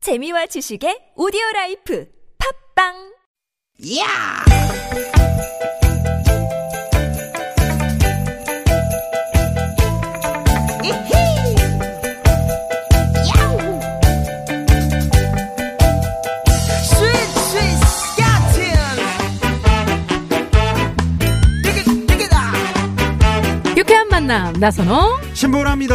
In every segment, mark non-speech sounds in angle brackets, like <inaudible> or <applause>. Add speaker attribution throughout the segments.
Speaker 1: 재미와 지식의 오디오 라이프 팝빵
Speaker 2: 야! 이히! 야우! 스윗, 스윗, 스카틴! 띠깃, 띠깃아!
Speaker 3: 유쾌한 만남 나선홍
Speaker 4: 신보라입니다.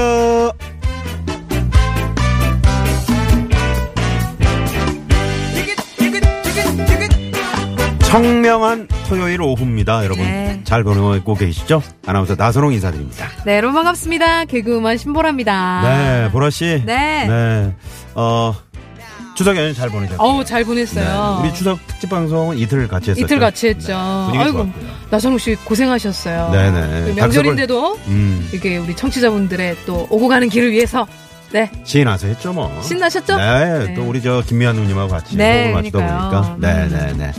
Speaker 2: 띠깃, 띠깃, 띠깃, 띠깃!
Speaker 4: 청명한 토요일 오후입니다. 여러분
Speaker 3: 네.
Speaker 4: 잘 보내고 계시죠? 아나운서 나선홍 인사드립니다.
Speaker 3: 네 여러분 반갑습니다 개그우먼 신보라입니다
Speaker 4: 네, 보라 씨.
Speaker 3: 아. 네.
Speaker 4: 네. 어 추석 연휴 잘 보내셨죠?
Speaker 3: 어우 잘 보냈어요
Speaker 4: 네. 우리 추석 특집 방송은 이틀 같이 했었죠.
Speaker 3: 이틀 같이 했죠
Speaker 4: 네, 분위기 좋았고요.
Speaker 3: 나선홍 씨 고생하셨어요
Speaker 4: 네네.
Speaker 3: 그 명절인데도
Speaker 4: 음,
Speaker 3: 이게 우리 청취자분들의 또 오고 가는 길을 위해서 네
Speaker 4: 신나서 했죠 뭐.
Speaker 3: 신나셨죠?
Speaker 4: 네,
Speaker 3: 네.
Speaker 4: 또 우리 저 김미아 누님하고 같이
Speaker 3: 네,
Speaker 4: 호흡을 맞추다 보니까.
Speaker 3: 그러니까요. 음.
Speaker 4: 네, 네, 네.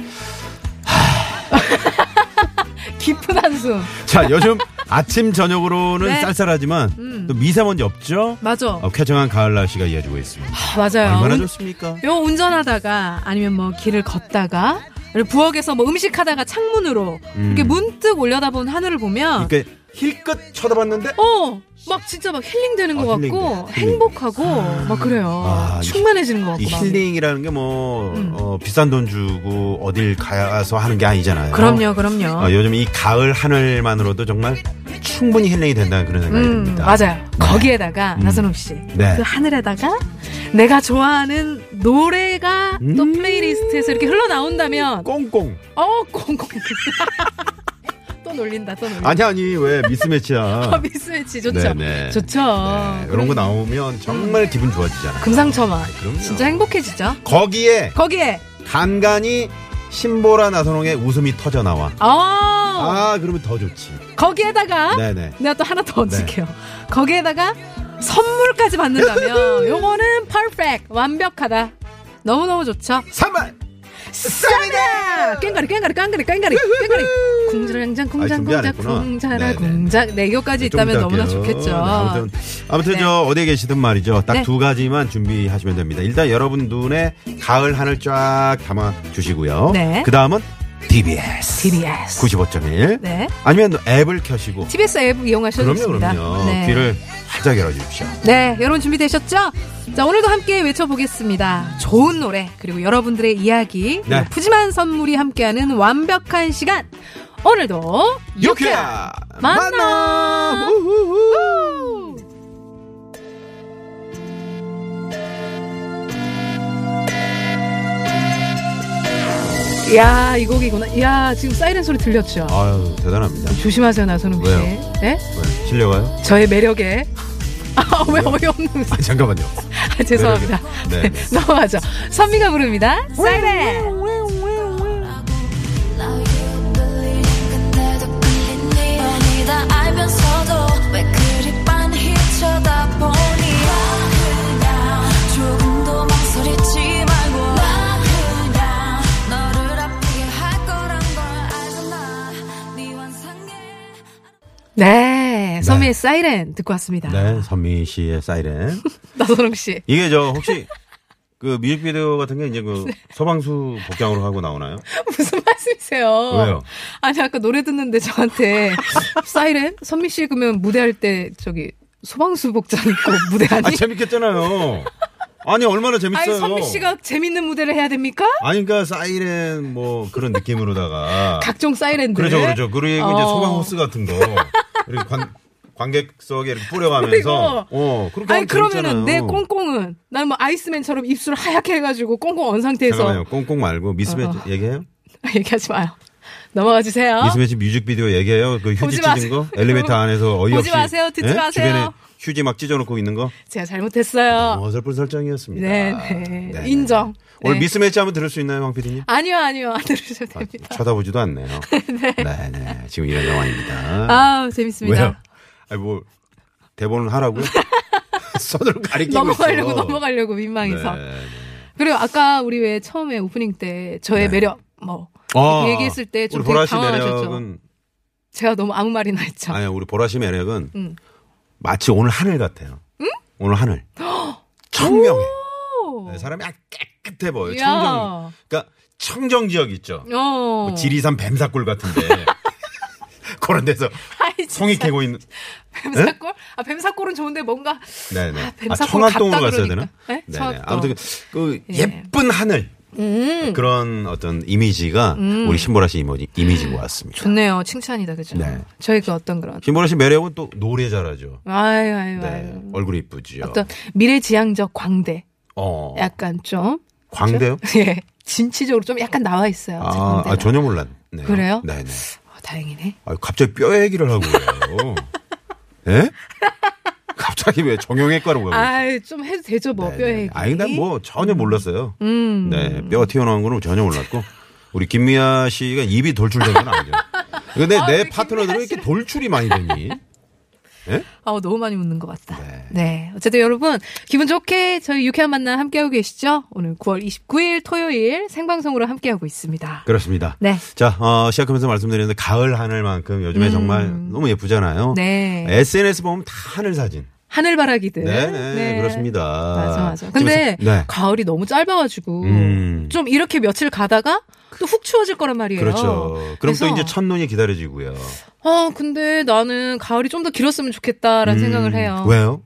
Speaker 3: 깊은 한숨
Speaker 4: 자, 요즘 <laughs> 아침 저녁으로는
Speaker 3: 네.
Speaker 4: 쌀쌀하지만 또 미세먼지 없죠?
Speaker 3: 맞아
Speaker 4: 어, 쾌정한 가을 날씨가 이어지고 있습니다.
Speaker 3: 아, 맞아요
Speaker 4: 얼마나
Speaker 3: 운-
Speaker 4: 좋습니까?
Speaker 3: 요 운전하다가 아니면 뭐 길을 걷다가 부엌에서 뭐 음식 하다가 창문으로
Speaker 4: 음.
Speaker 3: 이렇게 문득 올려다본 하늘을 보면
Speaker 4: 그러니까 힐끗 쳐다봤는데
Speaker 3: 어, 막 진짜 막 힐링되는
Speaker 4: 아,
Speaker 3: 것
Speaker 4: 힐링돼.
Speaker 3: 같고
Speaker 4: 힐링.
Speaker 3: 행복하고 막 그래요.
Speaker 4: 아, 이-
Speaker 3: 충만해지는 것 같고.
Speaker 4: 이
Speaker 3: 마음이.
Speaker 4: 힐링이라는 게 뭐
Speaker 3: 음.
Speaker 4: 비싼 돈 주고 어딜 가서 하는 게 아니잖아요.
Speaker 3: 그럼요, 그럼요.
Speaker 4: 어, 요즘 이 가을 하늘만으로도 정말 충분히 힐링이 된다는 그런 생각이
Speaker 3: 음,
Speaker 4: 듭니다. 네.
Speaker 3: 맞아요. 거기에다가
Speaker 4: 음.
Speaker 3: 나선홍 씨,
Speaker 4: 네.
Speaker 3: 그 하늘에다가 내가 좋아하는 노래가 또
Speaker 4: 음.
Speaker 3: 플레이리스트에서 이렇게 흘러 나온다면,
Speaker 4: 꽁꽁.
Speaker 3: 어, 꽁꽁. <laughs> 또 놀린다, 또 놀린다.
Speaker 4: 아니 아니 왜
Speaker 3: <laughs> 아,
Speaker 4: 미스매치야.
Speaker 3: 미스매치 좋죠.
Speaker 4: 네네.
Speaker 3: 좋죠.
Speaker 4: 네, 이런 거 나오면 정말 기분 좋아지잖아요.
Speaker 3: 금상첨화.
Speaker 4: 그럼요.
Speaker 3: 진짜 행복해지죠.
Speaker 4: 거기에
Speaker 3: 거기에,
Speaker 4: 간간이 신보라 나선홍의 웃음이 터져 나와.
Speaker 3: 어,
Speaker 4: 아 그러면 더 좋지.
Speaker 3: 거기에다가
Speaker 4: 네네.
Speaker 3: 내가 또 하나 더 얹을게요. 거기에다가 선물까지 받는다면 요거는 퍼펙트 완벽하다. 너무너무 좋죠.
Speaker 4: 3번.
Speaker 3: 쌉니다! 깽가리 깽가리 깽가리 깽가리 깽가리 궁장장
Speaker 4: 아,
Speaker 3: 궁장
Speaker 4: 준비 안
Speaker 3: 궁장
Speaker 4: 했구나.
Speaker 3: 궁자라
Speaker 4: 네네.
Speaker 3: 궁장 네 이거까지
Speaker 4: 좀
Speaker 3: 있다면
Speaker 4: 이따
Speaker 3: 너무나
Speaker 4: 할게요. 네,
Speaker 3: 좋겠죠.
Speaker 4: 아무튼, 아무튼
Speaker 3: 네.
Speaker 4: 저 어디에 계시든 말이죠. 딱
Speaker 3: 네.
Speaker 4: 두 가지만 준비하시면 됩니다. 일단 여러분 눈에 가을 하늘 쫙 담아 주시고요.
Speaker 3: 네.
Speaker 4: 그 다음은 DBS
Speaker 3: TBS
Speaker 4: 95.1.
Speaker 3: 네
Speaker 4: 아니면 앱을 켜시고.
Speaker 3: TBS 앱 이용하셔도
Speaker 4: 그럼요,
Speaker 3: 좋습니다.
Speaker 4: 그럼요.
Speaker 3: 네.
Speaker 4: 귀를 활짝 열어주십시오.
Speaker 3: 네, 여러분 준비되셨죠? 자, 오늘도 함께 외쳐보겠습니다. 좋은 노래, 그리고 여러분들의 이야기, 그리고
Speaker 4: 네.
Speaker 3: 푸짐한 선물이 함께하는 완벽한 시간. 오늘도
Speaker 4: 유쾌야
Speaker 3: 만나!
Speaker 4: 우후후.
Speaker 3: 야, 이 곡이구나. 야, 지금 사이렌 소리 들렸죠?
Speaker 4: 아유 대단합니다.
Speaker 3: 조심하세요, 나선욱 씨.
Speaker 4: 왜요?
Speaker 3: 네?
Speaker 4: 왜, 실려가요? <laughs>
Speaker 3: 저의 매력에. 아, 왜 어이없는
Speaker 4: 아,
Speaker 3: 웃음.
Speaker 4: 잠깐만요.
Speaker 3: 아, 죄송합니다.
Speaker 4: 네, 네.
Speaker 3: <laughs> 넘어가죠. 선미가 부릅니다. 사이렌!
Speaker 5: Now you believe 근데도 끌린 네 눈이 다 알면서도 왜 그리 빤히 쳐다보니 나 그냥 조금도 망설이지 말고 나 그냥 너를 아프게 할 거란 걸 알잖아 네 환상에
Speaker 3: 네, 선미의 사이렌 듣고 왔습니다.
Speaker 4: 네, 선미 씨의 사이렌.
Speaker 3: 나선욱 씨.
Speaker 4: 이게 저 혹시 그 뮤직비디오 같은 게 이제
Speaker 3: <laughs> 네.
Speaker 4: 그 서방수 복장으로 하고 나오나요?
Speaker 3: 무슨 말씀이세요?
Speaker 4: 왜요?
Speaker 3: 아니 아까 노래 듣는데 저한테 사이렌 선미 씨 그러면 무대할 때 저기 소방수 복장 입고 무대하니?
Speaker 4: 아 재밌겠잖아요. 아니 얼마나 재밌어요.
Speaker 3: 아니 선미 씨가 재밌는 무대를 해야 됩니까?
Speaker 4: 아니, 그러니까 사이렌 뭐
Speaker 3: <laughs>
Speaker 4: 그런 느낌으로다가
Speaker 3: 각종 사이렌들.
Speaker 4: 그렇죠 그렇죠 그리고 이제
Speaker 3: 어.
Speaker 4: 소방 호스 같은 거 그리고 관, 관객석에 이렇게 뿌려가면서
Speaker 3: 그리고-
Speaker 4: 어 그렇게
Speaker 3: 아니
Speaker 4: 하면
Speaker 3: 그러면은
Speaker 4: 재밌잖아요.
Speaker 3: 내 꽁꽁은 난 뭐 아이스맨처럼 입술 하얗게 해가지고 꽁꽁 언 상태에서
Speaker 4: 잠깐만요 꽁꽁 말고 미스매치
Speaker 3: 어.
Speaker 4: 얘기해요
Speaker 3: <laughs> 얘기하지 마요. 넘어가 주세요.
Speaker 4: 미스매치 뮤직비디오 얘기해요 그
Speaker 3: 보지
Speaker 4: 휴지 찢은
Speaker 3: 마세요.
Speaker 4: 거
Speaker 3: <laughs>
Speaker 4: 엘리베이터 안에서
Speaker 3: 보지
Speaker 4: 어이없이
Speaker 3: 마세요. 듣지
Speaker 4: 예?
Speaker 3: 마세요.
Speaker 4: 주변에 휴지 막 찢어놓고 있는 거
Speaker 3: 제가 잘못했어요.
Speaker 4: 어설픈 설정이었습니다.
Speaker 3: 네, 네. 인정.
Speaker 4: 오늘
Speaker 3: 네.
Speaker 4: 미스매치 한번 들을 수 있나요, 황 PD님?
Speaker 3: 아니요 아니요 안 들으셔도
Speaker 4: 아,
Speaker 3: 됩니다. <laughs>
Speaker 4: 쳐다보지도 않네요. 네. 네, 지금 이런 상황입니다.
Speaker 3: 아 재밌습니다.
Speaker 4: 왜요? 아니, 뭐, 대본은 하라고요? <laughs> 손으로 가리키고
Speaker 3: 넘어가려고
Speaker 4: 있어.
Speaker 3: 넘어가려고 민망해서.
Speaker 4: 네, 네.
Speaker 3: 그리고 아까 우리 왜 처음에 오프닝 때 저의
Speaker 4: 네.
Speaker 3: 매력 뭐
Speaker 4: 아,
Speaker 3: 얘기했을 때좀
Speaker 4: 우리
Speaker 3: 되게
Speaker 4: 보라 씨
Speaker 3: 당황하셨죠?
Speaker 4: 매력은,
Speaker 3: 제가 너무 아무 말이나 했죠.
Speaker 4: 아니, 우리 보라 씨 매력은
Speaker 3: 음. <gasps>
Speaker 4: 마치 오늘 하늘 같아요. 오늘 하늘. 청명해.
Speaker 3: 오,
Speaker 4: 네, 사람이 아주 깨끗해 보여요.
Speaker 3: 이야.
Speaker 4: 청정. 그러니까 청정 지역 있죠.
Speaker 3: 어.
Speaker 4: 뭐 지리산 뱀사골 같은데
Speaker 3: <laughs>
Speaker 4: 그런 데서
Speaker 3: 아이, 진짜.
Speaker 4: 송이 캐고 있는.
Speaker 3: 뱀사골? 아, 뱀사골은 좋은데 뭔가.
Speaker 4: 네네.
Speaker 3: 아,
Speaker 4: 아,
Speaker 3: 뱀사골
Speaker 4: 청학동으로
Speaker 3: 같다
Speaker 4: 갔어야 되나?
Speaker 3: 그러니까. 네? 청학동.
Speaker 4: 아무튼 그
Speaker 3: 예. 음.
Speaker 4: 예쁜 하늘 그런 어떤 이미지가 우리 신보라 씨 이미지, 이미지인 것 같습니다.
Speaker 3: 좋네요. 칭찬이다, 그죠?
Speaker 4: 네.
Speaker 3: 저희 그 어떤 그런.
Speaker 4: 신보라 씨 매력은 또 노래 잘하죠.
Speaker 3: 아유, 아유,
Speaker 4: 네.
Speaker 3: 아유.
Speaker 4: 얼굴이 이쁘죠.
Speaker 3: 음. 어떤 미래지향적 광대.
Speaker 4: 어.
Speaker 3: 약간 좀. <laughs>
Speaker 4: 광대요?
Speaker 3: 예. 진취적으로 좀 약간 나와 있어요.
Speaker 4: 아,
Speaker 3: 광대가.
Speaker 4: 아, 전혀 몰랐네.
Speaker 3: 그래요?
Speaker 4: 네네.
Speaker 3: 어, 다행이네.
Speaker 4: 아, 갑자기 뼈 얘기를 하고
Speaker 3: <laughs>
Speaker 4: 그래요. 예? 갑자기 왜 정형외과로 가고 있어요? 네,
Speaker 3: 아유, 좀 해도 되죠, 뭐, 뼈 얘기.
Speaker 4: 아니, 난뭐 전혀 몰랐어요.
Speaker 3: 음.
Speaker 4: 네, 뼈가 튀어나온 거는 전혀 몰랐고. 우리 김미아 씨가 입이 돌출된 건 아니죠. 근데
Speaker 3: 아,
Speaker 4: 내
Speaker 3: 우리
Speaker 4: 파트너들은
Speaker 3: 김미아
Speaker 4: 왜 이렇게
Speaker 3: 씨는-
Speaker 4: 돌출이 많이 되니? 예?
Speaker 3: 아우, 어, 너무 많이 웃는 것 같다.
Speaker 4: 네.
Speaker 3: 네. 어쨌든 여러분, 기분 좋게 저희 유쾌한 만남 함께하고 계시죠? 오늘 9월 29일 토요일 생방송으로 함께하고 있습니다.
Speaker 4: 그렇습니다.
Speaker 3: 네.
Speaker 4: 자, 어, 시작하면서 말씀드렸는데 가을 하늘만큼 요즘에 정말 너무 예쁘잖아요.
Speaker 3: 음. 네.
Speaker 4: SNS 보면 다 하늘 사진.
Speaker 3: 하늘바라기들.
Speaker 4: 네, 네, 그렇습니다.
Speaker 3: 맞아, 맞아. 근데
Speaker 4: 집에서- 네.
Speaker 3: 가을이 너무 짧아가지고
Speaker 4: 음.
Speaker 3: 좀 이렇게 며칠 가다가 또 훅 추워질 거란 말이에요.
Speaker 4: 그렇죠. 그럼 또
Speaker 3: 그래서
Speaker 4: 이제 첫눈이 기다려지고요.
Speaker 3: 아, 근데 나는 가을이 좀 더 길었으면 좋겠다라는
Speaker 4: 음,
Speaker 3: 생각을 해요.
Speaker 4: 왜요?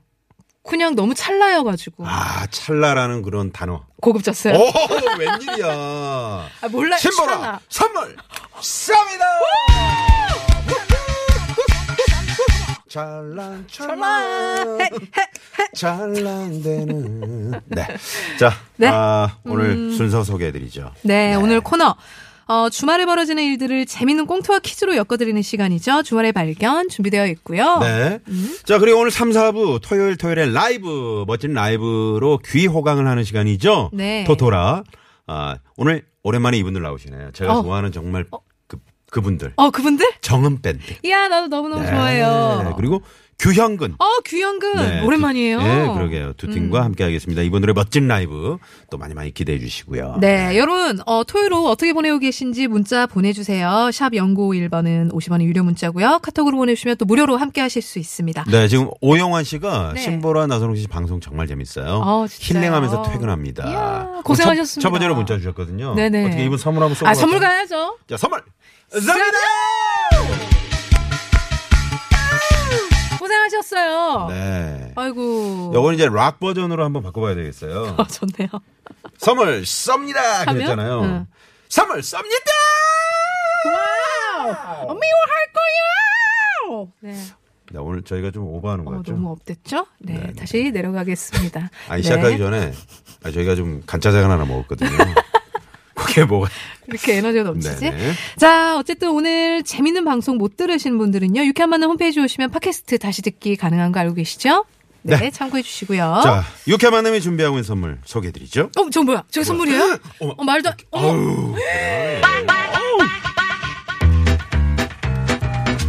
Speaker 3: 그냥 너무 찰나여가지고
Speaker 4: 아, 찰나라는 그런 단어.
Speaker 3: 고급졌어요.
Speaker 4: 오, 웬일이야.
Speaker 3: 아, 몰라.
Speaker 4: 신보라
Speaker 3: 찰나.
Speaker 4: 선물 쌉니다. 찰랑 찰랑 찰랑대는 네. 자,
Speaker 3: 네.
Speaker 4: 아, 오늘 순서 소개해 드리죠.
Speaker 3: 네, 오늘 코너. 어, 주말에 벌어지는 일들을 재밌는 꽁트와 퀴즈로 엮어드리는 시간이죠. 주말의 발견 준비되어 음. 있고요.
Speaker 4: 네. 자, 그리고 오늘 3, 4부 토요일 토요일에 라이브 멋진 라이브로 귀 호강을 하는 시간이죠.
Speaker 3: 네.
Speaker 4: 토토라. 아, 오늘 오랜만에 이분들 나오시네요. 제가
Speaker 3: 어.
Speaker 4: 좋아하는 정말 그 그분들.
Speaker 3: 어, 그분들?
Speaker 4: 정은 밴드.
Speaker 3: 이야, 나도 너무너무
Speaker 4: 네,
Speaker 3: 어, 좋아해요.
Speaker 4: 그리고 규현근.
Speaker 3: 어, 규현근. 오랜만이에요.
Speaker 4: 네,
Speaker 3: 음.
Speaker 4: 두- 예, 그러게요. 두 팀과 함께하겠습니다. 이분들의 멋진 라이브 또 많이 많이 기대해 주시고요.
Speaker 3: 네, 여러분, 어, 토요일 오후 어떻게 보내고 계신지 문자 보내주세요. 샵 0951번은 50원의 유료 문자고요. 카톡으로 보내주시면 또 무료로 함께 하실 수 있습니다.
Speaker 4: 네, 지금 오영환 씨가
Speaker 3: 네.
Speaker 4: 신보라 나선홍 씨 방송 정말 재밌어요.
Speaker 3: 어, 진짜요?
Speaker 4: 힐링하면서 퇴근합니다.
Speaker 3: 이야,
Speaker 4: 첫,
Speaker 3: 고생하셨습니다.
Speaker 4: 첫 번째로 문자 주셨거든요.
Speaker 3: 네네.
Speaker 4: 어떻게 이분 선물 한번 쏘고
Speaker 3: 아, 선물
Speaker 4: 갈까요?
Speaker 3: 가야죠.
Speaker 4: 자, 선물. 감사합니다.
Speaker 3: 고생하셨어요.
Speaker 4: 네.
Speaker 3: 아이고.
Speaker 4: 요건 이제 락 버전으로 한번
Speaker 3: <laughs>
Speaker 4: 바꿔봐야 되겠어요.
Speaker 3: 아, 좋네요.
Speaker 4: 선물 쏩니다.
Speaker 3: 하면?
Speaker 4: 그랬잖아요.
Speaker 3: 응.
Speaker 4: 선물 쏩니다.
Speaker 3: 미워할 거야! 네.
Speaker 4: 네, 오늘 저희가 좀 오버하는 것
Speaker 3: 어,
Speaker 4: 같죠?
Speaker 3: 너무 업됐죠? 네, 다시 내려가겠습니다.
Speaker 4: <laughs>
Speaker 3: 네.
Speaker 4: 아니 시작하기 전에 아, 저희가 좀 간짜장을 하나 먹었거든요. <laughs> 그게 뭐가?
Speaker 3: 이렇게 에너지가 넘치지?
Speaker 4: 네네.
Speaker 3: 자, 어쨌든 오늘 재밌는 방송 못 들으신 분들은요, 유쾌한 만남 홈페이지 오시면 팟캐스트 다시 듣기 가능한 거 알고 계시죠? 네,
Speaker 4: 네.
Speaker 3: 참고해 주시고요.
Speaker 4: 자, 육회 만남이 준비하고 있는 선물 소개해드리죠.
Speaker 3: 어, 저 뭐야? 저게 선물이에요?
Speaker 4: 어머.
Speaker 3: 어, 말도 안, 어머.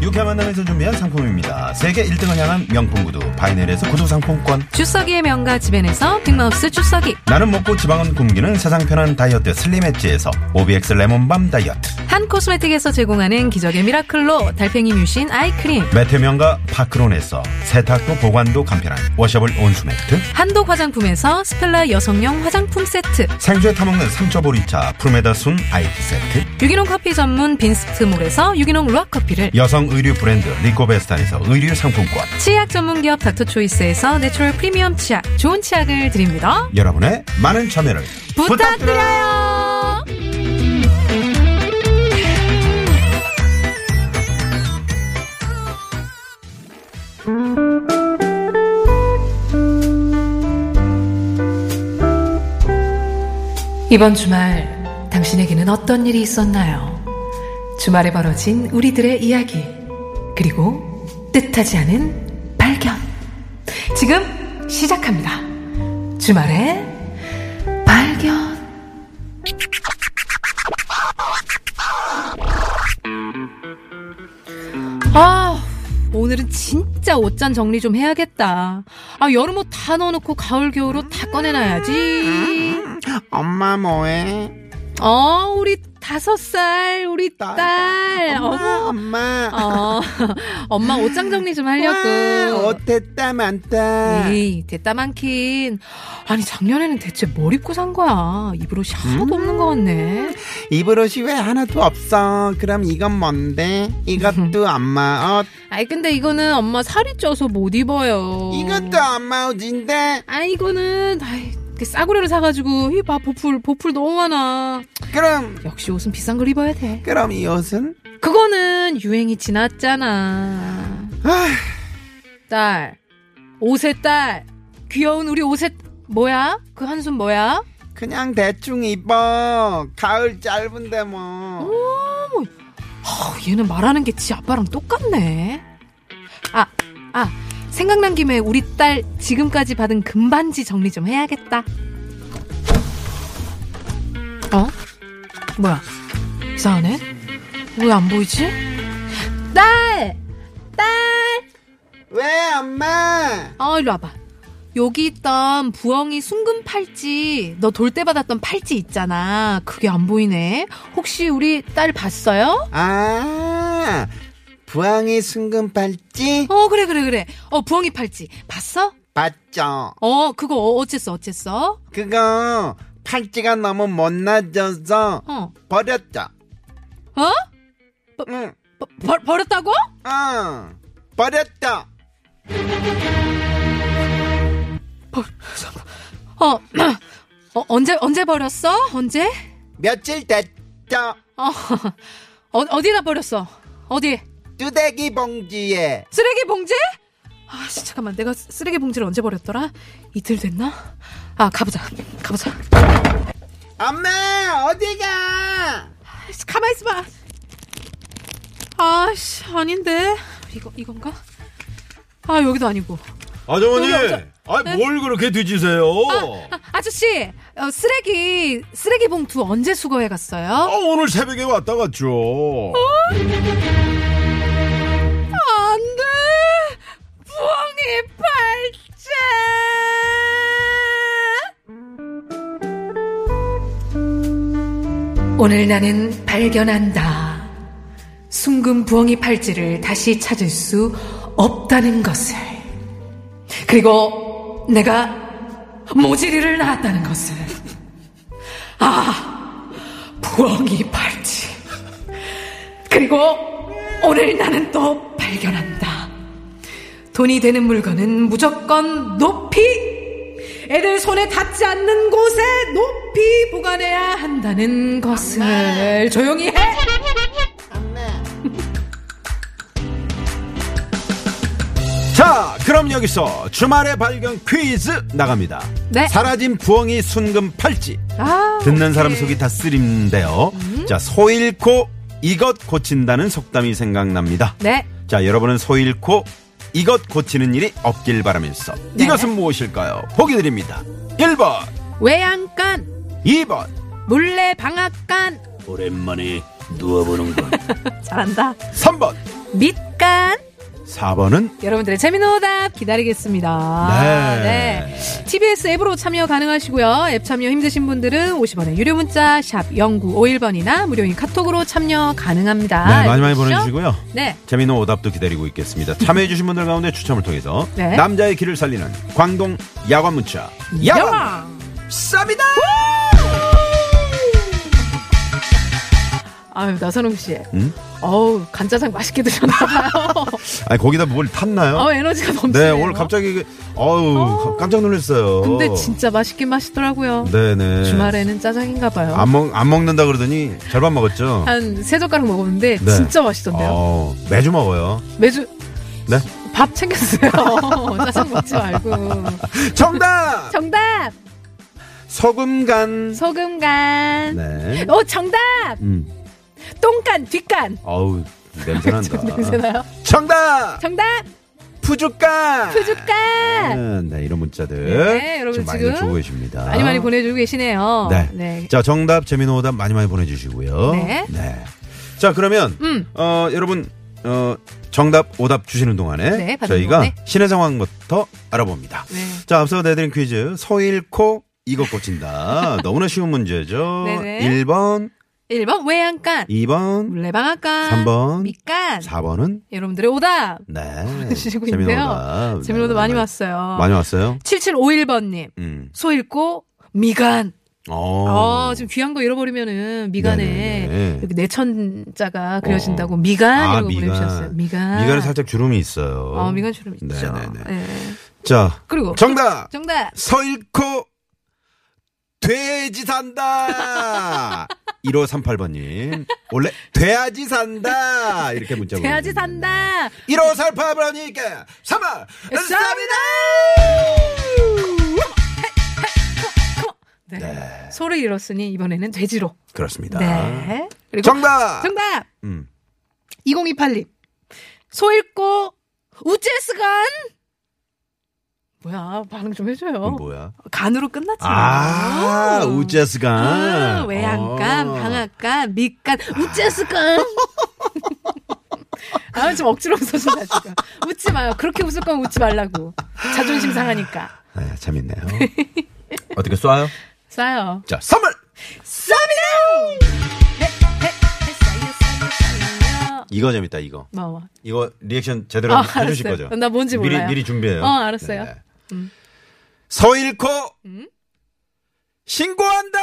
Speaker 4: 육회 만남에서 준비한 상품입니다. 세계 1등을 향한 명품 구두 바이넬에서 구두 상품권.
Speaker 3: 주석이의 명가 집엔에서 빅마우스 주석이,
Speaker 4: 나는 먹고 지방은 굶기는 세상 편한 다이어트 슬림 엣지에서 오비엑스 레몬밤 다이어트.
Speaker 3: 한 코스메틱에서 제공하는 기적의 미라클로 달팽이 뮤신 아이크림,
Speaker 4: 매태명과 파크론에서 세탁도 보관도 간편한 워셔블 온수매트.
Speaker 3: 한독 화장품에서 스펠라 여성용 화장품 세트,
Speaker 4: 생수에 타먹는 삼초보리차 프로메다 순 아이티 세트.
Speaker 3: 유기농 커피 전문 빈스트몰에서 유기농 루아커피를,
Speaker 4: 여성 의류 브랜드 리코베스탄에서 의류 상품권.
Speaker 3: 치약 전문 기업 닥터초이스에서 내추럴 프리미엄 치약, 좋은 치약을 드립니다.
Speaker 4: 여러분의 많은 참여를
Speaker 3: 부탁드려요. 이번 주말 당신에게는 어떤 일이 있었나요? 주말에 벌어진 우리들의 이야기 그리고 뜻하지 않은 발견 지금 시작합니다. 주말에 발견. 아, 오늘은 진짜 옷잔 정리 좀 해야겠다. 아, 여름 옷 다 넣어놓고 가을, 겨울 옷 다 꺼내놔야지.
Speaker 4: 엄마 뭐해?
Speaker 3: 어, 우리 다섯 살 우리 딸.
Speaker 4: 딸.
Speaker 3: 어머.
Speaker 4: 엄마.
Speaker 3: 어, <laughs> 엄마 옷장 정리 좀
Speaker 4: 와,
Speaker 3: 하려고.
Speaker 4: 아, 어땠다 많다.
Speaker 3: 에이, 됐다 많긴. 아니, 작년에는 대체 뭘 입고 산 거야? 입으로 샤워도
Speaker 4: 음.
Speaker 3: 없는 것 같네.
Speaker 4: 입을 옷이 왜 하나도 없어? 그럼 이건 뭔데?
Speaker 3: <laughs>
Speaker 4: 이것도 엄마 옷.
Speaker 3: 아이, 근데 이거는 엄마 살이 쪄서 못 입어요.
Speaker 4: 이것도 엄마 옷인데?
Speaker 3: 아, 이거는, 아이, 그 싸구려를 사가지고, 이 봐, 보풀, 보풀 너무 많아.
Speaker 4: 그럼,
Speaker 3: 역시 옷은 비싼 걸 입어야 돼.
Speaker 4: 그럼 이 옷은?
Speaker 3: 그거는 유행이 지났잖아.
Speaker 4: 아,
Speaker 3: 딸, 옷의 딸, 귀여운 우리 옷의 뭐야? 그 한숨 뭐야?
Speaker 4: 그냥 대충 입어. 가을 짧은데 뭐.
Speaker 3: 어, 얘는 말하는 게 지 아빠랑 똑같네. 아, 아, 생각난 김에 우리 딸 지금까지 받은 금반지 정리 좀 해야겠다. 어? 뭐야? 이상하네? 왜 안 보이지? 딸! 딸!
Speaker 4: 왜 엄마?
Speaker 3: 어, 일로 와봐. 여기 있던 부엉이 순금 팔찌, 너 돌 때 받았던 팔찌 있잖아. 그게 안 보이네. 혹시 우리 딸 봤어요?
Speaker 4: 아, 부항이 순금 팔찌?
Speaker 3: 어, 그래, 그래, 그래. 어, 부엉이 팔찌. 봤어?
Speaker 4: 봤죠.
Speaker 3: 어, 그거 어- 어쨌어, 어쨌어?
Speaker 4: 그거 팔찌가 너무 못나져서
Speaker 3: 어,
Speaker 4: 버렸죠.
Speaker 3: 어?
Speaker 4: 뭐, 응,
Speaker 3: 버, 버- 버렸다고?
Speaker 4: 어, 버렸죠.
Speaker 3: 어, <clears throat> 어, 언제, 언제 버렸어? 언제?
Speaker 4: 며칠 됐죠.
Speaker 3: 어, <laughs> 어, 어디다 버렸어? 어디?
Speaker 4: 뚜대기 봉지에.
Speaker 3: 쓰레기 봉지? 아, 씨, 잠깐만. 내가 쓰- 쓰레기 봉지를 언제 버렸더라? 이틀 됐나? 아, 가보자. 가보자. 아,
Speaker 4: 엄마, 어디가?
Speaker 3: 아이씨, 가만 있어봐. 아씨 아닌데 이거 이건가? 아 여기도 아니고.
Speaker 4: 아주머니,
Speaker 3: 여기 없죠?
Speaker 4: 아, 뭘 그렇게 뒤지세요?
Speaker 3: 아, 아저씨 어, 쓰레기 쓰레기 봉투 언제 수거해 갔어요?
Speaker 4: 아, 오늘 새벽에 왔다 갔죠.
Speaker 3: 안돼 부엉이 팔찌. 오늘 나는 발견한다. 숨금 부엉이 팔찌를 다시 찾을 수 없다는 것을. 그리고 내가 모지리를 낳았다는 것을. 아, 부엉이 팔찌. 그리고 오늘 나는 또 발견한다. 돈이 되는 물건은 무조건 높이 애들 손에 닿지 않는 곳에 높이 보관해야 한다는 것을 조용히 해.
Speaker 4: 자, 그럼 여기서 주말의 발견 퀴즈 나갑니다.
Speaker 3: 네.
Speaker 4: 사라진 부엉이 순금 팔찌.
Speaker 3: 아,
Speaker 4: 듣는 사람 속이 다 쓰린데요.
Speaker 3: 음.
Speaker 4: 자, 소 잃고 이것 고친다는 속담이 생각납니다.
Speaker 3: 네.
Speaker 4: 자, 여러분은 소 잃고 이것 고치는 일이 없길 바라면서
Speaker 3: 네.
Speaker 4: 이것은 무엇일까요? 보기 드립니다. 1번,
Speaker 3: 외양간,
Speaker 4: 2번.
Speaker 3: 물레 방앗간,
Speaker 4: 오랜만에 누워보는 <laughs> 건.
Speaker 3: 잘한다.
Speaker 4: 3번,
Speaker 3: 밑간.
Speaker 4: 4번은
Speaker 3: 여러분들의 재미있는 오답 기다리겠습니다.
Speaker 4: 네.
Speaker 3: 네. TBS 앱으로 참여 가능하시고요. 앱 참여 힘드신 분들은 50원의 유료 문자 샵 0951번이나 무료인 카톡으로 참여 가능합니다.
Speaker 4: 네, 많이 많이
Speaker 3: 아, 알려주시죠?
Speaker 4: 보내주시고요.
Speaker 3: 네.
Speaker 4: 재미있는 오답도 기다리고 있겠습니다. 참여해주신 분들 가운데 추첨을 통해서
Speaker 3: 네.
Speaker 4: 남자의 길을 살리는 광동 야관 문자 야관
Speaker 3: 야왕!
Speaker 4: 쌉니다.
Speaker 3: 아유, 나선홍 씨.
Speaker 4: 음?
Speaker 3: 어우, 간짜장 맛있게
Speaker 4: <laughs>
Speaker 3: 드셨나봐요.
Speaker 4: 아니 거기다 뭘 탔나요?
Speaker 3: 어, 에너지가
Speaker 4: 네
Speaker 3: 넘치네요.
Speaker 4: 오늘 갑자기 그- 어우 가- 깜짝 놀랐어요.
Speaker 3: 근데 진짜 맛있긴 맛있더라고요.
Speaker 4: 네네
Speaker 3: 주말에는 짜장인가봐요.
Speaker 4: 안먹안 먹는다 그러더니 절반 먹었죠.
Speaker 3: 한 세 젓가락 먹었는데
Speaker 4: 네.
Speaker 3: 진짜 맛있던데요.
Speaker 4: 어, 매주 먹어요.
Speaker 3: 매주
Speaker 4: 네
Speaker 3: 밥 챙겼어요. <laughs> 짜장 먹지 말고.
Speaker 4: 정답
Speaker 3: 정답!
Speaker 4: 소금간
Speaker 3: 소금간.
Speaker 4: 네
Speaker 3: 오, 정답!
Speaker 4: 음.
Speaker 3: 똥간, 뒷간.
Speaker 4: 어우
Speaker 3: <laughs>
Speaker 4: 냄새난다.
Speaker 3: 냄새나요?
Speaker 4: 정답
Speaker 3: 정답!
Speaker 4: 푸주간
Speaker 3: 푸주간!
Speaker 4: 네, 이런 문자들
Speaker 3: 네, 여러분
Speaker 4: 지금 많이
Speaker 3: 지금
Speaker 4: 주고 계십니다.
Speaker 3: 많이 많이 보내주고 계시네요.
Speaker 4: 아. 네.
Speaker 3: 네.
Speaker 4: 자, 정답 재미노 오답 많이 많이 보내주시고요.
Speaker 3: 네.
Speaker 4: 자, 그러면
Speaker 3: 음.
Speaker 4: 어, 여러분 어, 정답 오답 주시는 동안에
Speaker 3: 네, 받은
Speaker 4: 저희가
Speaker 3: 동안에.
Speaker 4: 신의 상황부터 알아봅니다.
Speaker 3: 네.
Speaker 4: 자, 앞서
Speaker 3: <laughs>
Speaker 4: 내드린 퀴즈 소일코 이것 고친다. 너무나 쉬운 문제죠.
Speaker 3: 네네. 음.
Speaker 4: 1번
Speaker 3: 1번 외양간,
Speaker 4: 2번,
Speaker 3: 레방앗간,
Speaker 4: 3번,
Speaker 3: 밑간.
Speaker 4: 4번은
Speaker 3: 여러분들의 오답.
Speaker 4: 네.
Speaker 3: 보내주시고
Speaker 4: 재미난
Speaker 3: 있는데요.
Speaker 4: 오답.
Speaker 3: 재미로도
Speaker 4: 네,
Speaker 3: 많이 왔어요.
Speaker 4: 많이 왔어요?
Speaker 3: 7751번님,
Speaker 4: 음.
Speaker 3: 소 읽고 미간.
Speaker 4: 어.
Speaker 3: 어, 지금 귀한 거 잃어버리면은 미간에
Speaker 4: 네네네. 어.
Speaker 3: 이렇게 내천자가 그려진다고 미간
Speaker 4: 아,
Speaker 3: 이라고
Speaker 4: 미간.
Speaker 3: 보내주셨어요. 미간.
Speaker 4: 미간에 살짝 주름이 있어요.
Speaker 3: 어, 미간 주름 있죠.
Speaker 4: 네네네.
Speaker 3: 예.
Speaker 4: 자.
Speaker 3: 그리고
Speaker 4: 정답!
Speaker 3: 정답.
Speaker 4: 서 잃고 돼지 산다. 1538번님. 원래 돼지 산다. 이렇게 문자 보내.
Speaker 3: 돼야지 산다.
Speaker 4: 1538번님께 선물
Speaker 3: 감사합니다. 네.
Speaker 4: 네.
Speaker 3: 소를 잃었으니 이번에는 돼지로.
Speaker 4: 그렇습니다.
Speaker 3: 네. 그리고
Speaker 4: 정답.
Speaker 3: 정답.
Speaker 4: 음.
Speaker 3: 2028님. 소 읽고 우째스간. 뭐야 반응 좀 해줘요.
Speaker 4: 그건 뭐야?
Speaker 3: 간으로 끝났잖아.
Speaker 4: 아, 우자스간.
Speaker 3: 아, 외양간,
Speaker 4: 어.
Speaker 3: 방앗간, 밑간, 우째스간. <laughs> 아, 좀 억지로 웃어준다, 지금. 웃지 마요. 그렇게 웃을 거면 웃지 말라고. 자존심 상하니까.
Speaker 4: 아, 재밌네요. 어떻게 쏴요?
Speaker 3: 싸요.
Speaker 4: 자, 선물! 이거 재밌다, 이거.
Speaker 3: 뭐,
Speaker 4: 이거 리액션 제대로
Speaker 3: 아,
Speaker 4: 해주실
Speaker 3: 알았어요.
Speaker 4: 거죠?
Speaker 3: 나 뭔지
Speaker 4: 미리,
Speaker 3: 몰라요.
Speaker 4: 미리 준비해요. 네.
Speaker 3: 어, 알았어요. 음.
Speaker 4: 서 잃고 신고한다!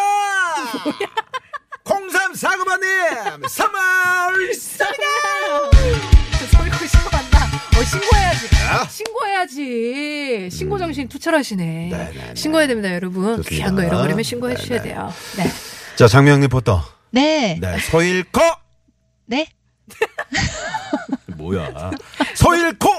Speaker 4: 0349번님! 선물!
Speaker 3: 소리고 신고한다. 어, 신고해야지. 신고해야지. 신고 정신 투철하시네.
Speaker 4: 네네네.
Speaker 3: 신고해야 됩니다, 여러분.
Speaker 4: 좋습니다.
Speaker 3: 귀한 거 잃어버리면 신고해 주셔야
Speaker 4: 네네.
Speaker 3: 돼요. 네.
Speaker 4: 자, 장명 리포터.
Speaker 6: 네.
Speaker 4: 네, 서 잃고!
Speaker 6: 네.
Speaker 4: 뭐야. 서 잃고!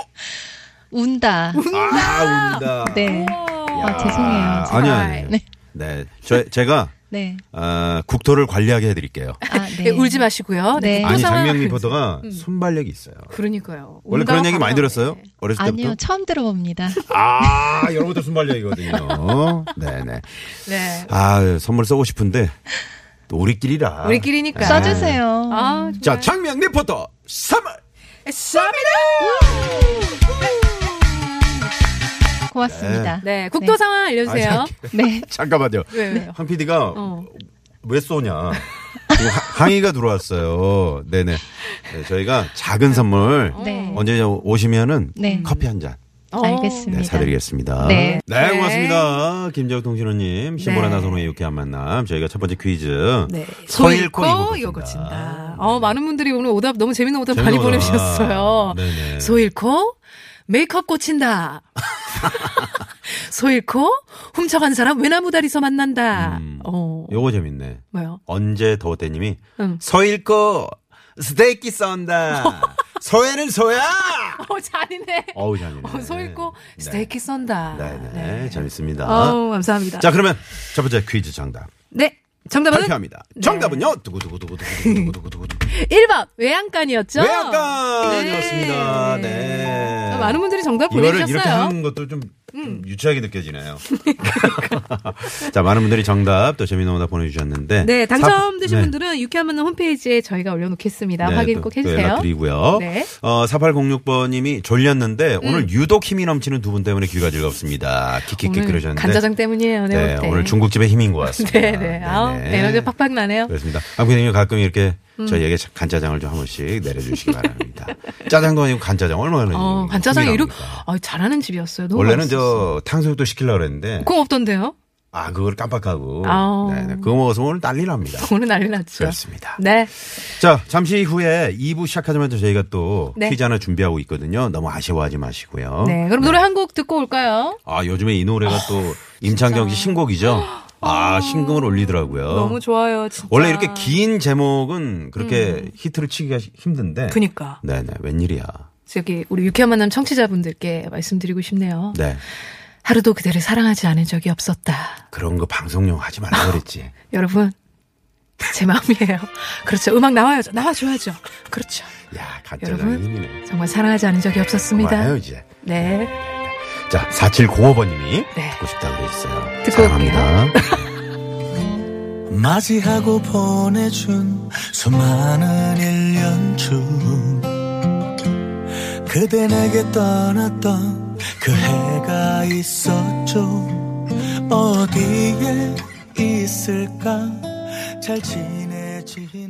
Speaker 6: 운다.
Speaker 4: 아, 운다.
Speaker 6: 네. 아,
Speaker 3: 어,
Speaker 6: 죄송해요.
Speaker 4: 아니요, 아니요.
Speaker 6: 네.
Speaker 4: 네. 저, 제가,
Speaker 6: 네.
Speaker 4: 어, 국토를 관리하게 해드릴게요.
Speaker 6: 아,
Speaker 3: 예,
Speaker 6: 네.
Speaker 3: 울지 마시고요.
Speaker 6: 네.
Speaker 3: 또
Speaker 4: 아니,
Speaker 3: 상황
Speaker 4: 장명
Speaker 3: 알려주세요.
Speaker 4: 리포터가 순발력이 있어요.
Speaker 3: 그러니까요.
Speaker 4: 원래
Speaker 3: 운다고
Speaker 4: 그런 얘기 많이
Speaker 3: 하면-
Speaker 4: 들었어요? 어렸을 때부터?
Speaker 6: 아니요, 처음 들어봅니다.
Speaker 4: 아, 여러분들 순발력이거든요. 네네.
Speaker 3: 네.
Speaker 4: 아, 선물 써고 싶은데, 또 우리끼리라.
Speaker 3: 우리끼리니까.
Speaker 4: 네.
Speaker 6: 써주세요.
Speaker 3: 아, 예,
Speaker 4: 자, 장명 리포터, 선물!
Speaker 6: 고맙습니다.
Speaker 3: 네, 국토 상황 알려주세요.
Speaker 4: 아,
Speaker 6: 네.
Speaker 4: 잠깐만요.
Speaker 3: 왜, 왜요?
Speaker 4: 황 PD가
Speaker 3: 어.
Speaker 4: 왜 쏘냐. 지금 하- 항의가 들어왔어요. 네네. 네, 저희가 작은 선물
Speaker 6: 네.
Speaker 4: 언제 오시면은
Speaker 6: 네.
Speaker 4: 커피 한 잔.
Speaker 3: 어.
Speaker 6: 알겠습니다.
Speaker 4: 네, 사드리겠습니다.
Speaker 6: 네.
Speaker 4: 네,
Speaker 3: 네.
Speaker 4: 고맙습니다. 김재욱 통신호님, 신보라
Speaker 3: 네.
Speaker 4: 나선호의 유쾌한 만남. 저희가 첫 번째 퀴즈.
Speaker 3: 네.
Speaker 4: 서
Speaker 3: 소잃고 요거 친다. 어, 많은 분들이 오늘 오답 너무 재밌는 오답 많이
Speaker 4: 네. 재밌는 오답.
Speaker 3: 보내주셨어요.
Speaker 4: 아, 네네.
Speaker 3: 소 잃고 메이크업
Speaker 4: <laughs>
Speaker 3: 꽂힌다. 소 잃고 훔쳐간 사람 외나무 다리서 만난다.
Speaker 4: 음.
Speaker 3: 어,
Speaker 4: 요거 재밌네.
Speaker 3: 뭐요?
Speaker 4: 언제 더울 때님이
Speaker 3: 응.
Speaker 4: 서 읽고
Speaker 3: <laughs>
Speaker 4: 스테이크 썬다. 소에는 소야.
Speaker 3: 어, 잔인해.
Speaker 4: 어우 재밌네.
Speaker 3: 어, 소 잃고 스테이크 썬다.
Speaker 4: 네네 재밌습니다.
Speaker 3: 어우, 감사합니다.
Speaker 4: 자 그러면 첫 번째 퀴즈 정답
Speaker 3: 네. 정답은
Speaker 4: 발표합니다. 정답은요. 두구두구두구두구두구두구두구.
Speaker 3: 1번 외양간이었죠.
Speaker 4: 외양간이었습니다.
Speaker 3: 네.
Speaker 4: 네.
Speaker 3: 많은 분들이 정답
Speaker 4: 이거를 이렇게
Speaker 3: 보내주셨어요.
Speaker 4: 하는 것도 좀 유치하게 느껴지네요. 자, 많은 분들이 정답 또 재미있는 오답 보내주셨는데.
Speaker 3: 네, 당첨되신
Speaker 4: 사- 네.
Speaker 3: 분들은 유쾌한 만남 홈페이지에 저희가 올려놓겠습니다.
Speaker 4: 네,
Speaker 3: 확인
Speaker 4: 또-
Speaker 3: 꼭
Speaker 4: 또
Speaker 3: 해주세요.
Speaker 4: 연락드리고요.
Speaker 3: 네.
Speaker 4: 어, 4806번님이 졸렸는데 오늘 유독 힘이 넘치는 두 분 때문에 귀가 즐겁습니다. 킥킥킥
Speaker 3: 오늘
Speaker 4: 그러셨는데.
Speaker 3: 간짜장 때문이에요. 네,
Speaker 4: 네,
Speaker 3: 그때.
Speaker 4: 오늘 중국집의 힘인 것 같습니다.
Speaker 3: 네, 네. 아우,
Speaker 4: 네네.
Speaker 3: 에너지 팍팍 나네요.
Speaker 4: 그렇습니다. 아무튼 가끔 이렇게
Speaker 3: 음.
Speaker 4: 저희에게 간짜장을 좀 한 번씩 내려주시기 바랍니다. <laughs> 짜장도 아니고 간짜장 얼마나
Speaker 3: 어,
Speaker 4: 힘이
Speaker 3: 간짜장 이름,
Speaker 4: 납니까?
Speaker 3: 아, 잘하는 집이었어요. 너무
Speaker 4: 원래는
Speaker 3: 맛있었어요.
Speaker 4: 저 네. 탕수육도 시키려고 그랬는데
Speaker 3: 그거 없던데요? <laughs>
Speaker 4: 아 그걸 깜빡하고
Speaker 3: 아우.
Speaker 4: 네, 네. 그거 먹어서 오늘
Speaker 3: <laughs>
Speaker 4: 난리 납니다.
Speaker 3: 오늘 난리 났죠.
Speaker 4: 그렇습니다.
Speaker 3: 네.
Speaker 4: 자 잠시 후에 2부 시작하자면 또 저희가 또
Speaker 3: 네.
Speaker 4: 퀴즈 하나 준비하고 있거든요. 너무 아쉬워하지 마시고요.
Speaker 3: 네. 그럼 노래 한 곡 듣고 올까요?
Speaker 4: 아 요즘에 이 노래가 또 임창정 씨 신곡이죠. 아 신곡을 올리더라고요.
Speaker 3: 너무 좋아요, 진짜.
Speaker 4: 어. 원래 이렇게 긴 제목은 그렇게 히트를 치기가 시- 힘든데.
Speaker 3: 음. 그니까.
Speaker 4: 네네 웬일이야.
Speaker 3: 저기, 우리 유쾌한 만남 청취자분들께 말씀드리고 싶네요.
Speaker 4: 네
Speaker 3: 하루도 그대를 사랑하지 않은 적이 없었다.
Speaker 4: 그런 거 방송용 하지 말라
Speaker 3: <laughs>
Speaker 4: 그랬지.
Speaker 3: 여러분, 제 마음이에요. 그렇죠. 음악 나와야죠. 나와줘야죠. 그렇죠.
Speaker 4: 야 간짜장
Speaker 3: 여러분.
Speaker 4: 힘이네.
Speaker 3: 정말 사랑하지 않은 적이 없었습니다.
Speaker 4: 고마워요, 이제.
Speaker 3: 네.
Speaker 4: 자, 4705번님이
Speaker 3: 네.
Speaker 4: 듣고 싶다고 그랬어요.
Speaker 3: 듣고
Speaker 4: 사랑합니다.
Speaker 7: 맞이하고 보내준 수많은 일년중 그대 내게 떠났던 그 해가 있었죠 어디에 있을까 잘 지내지 사실이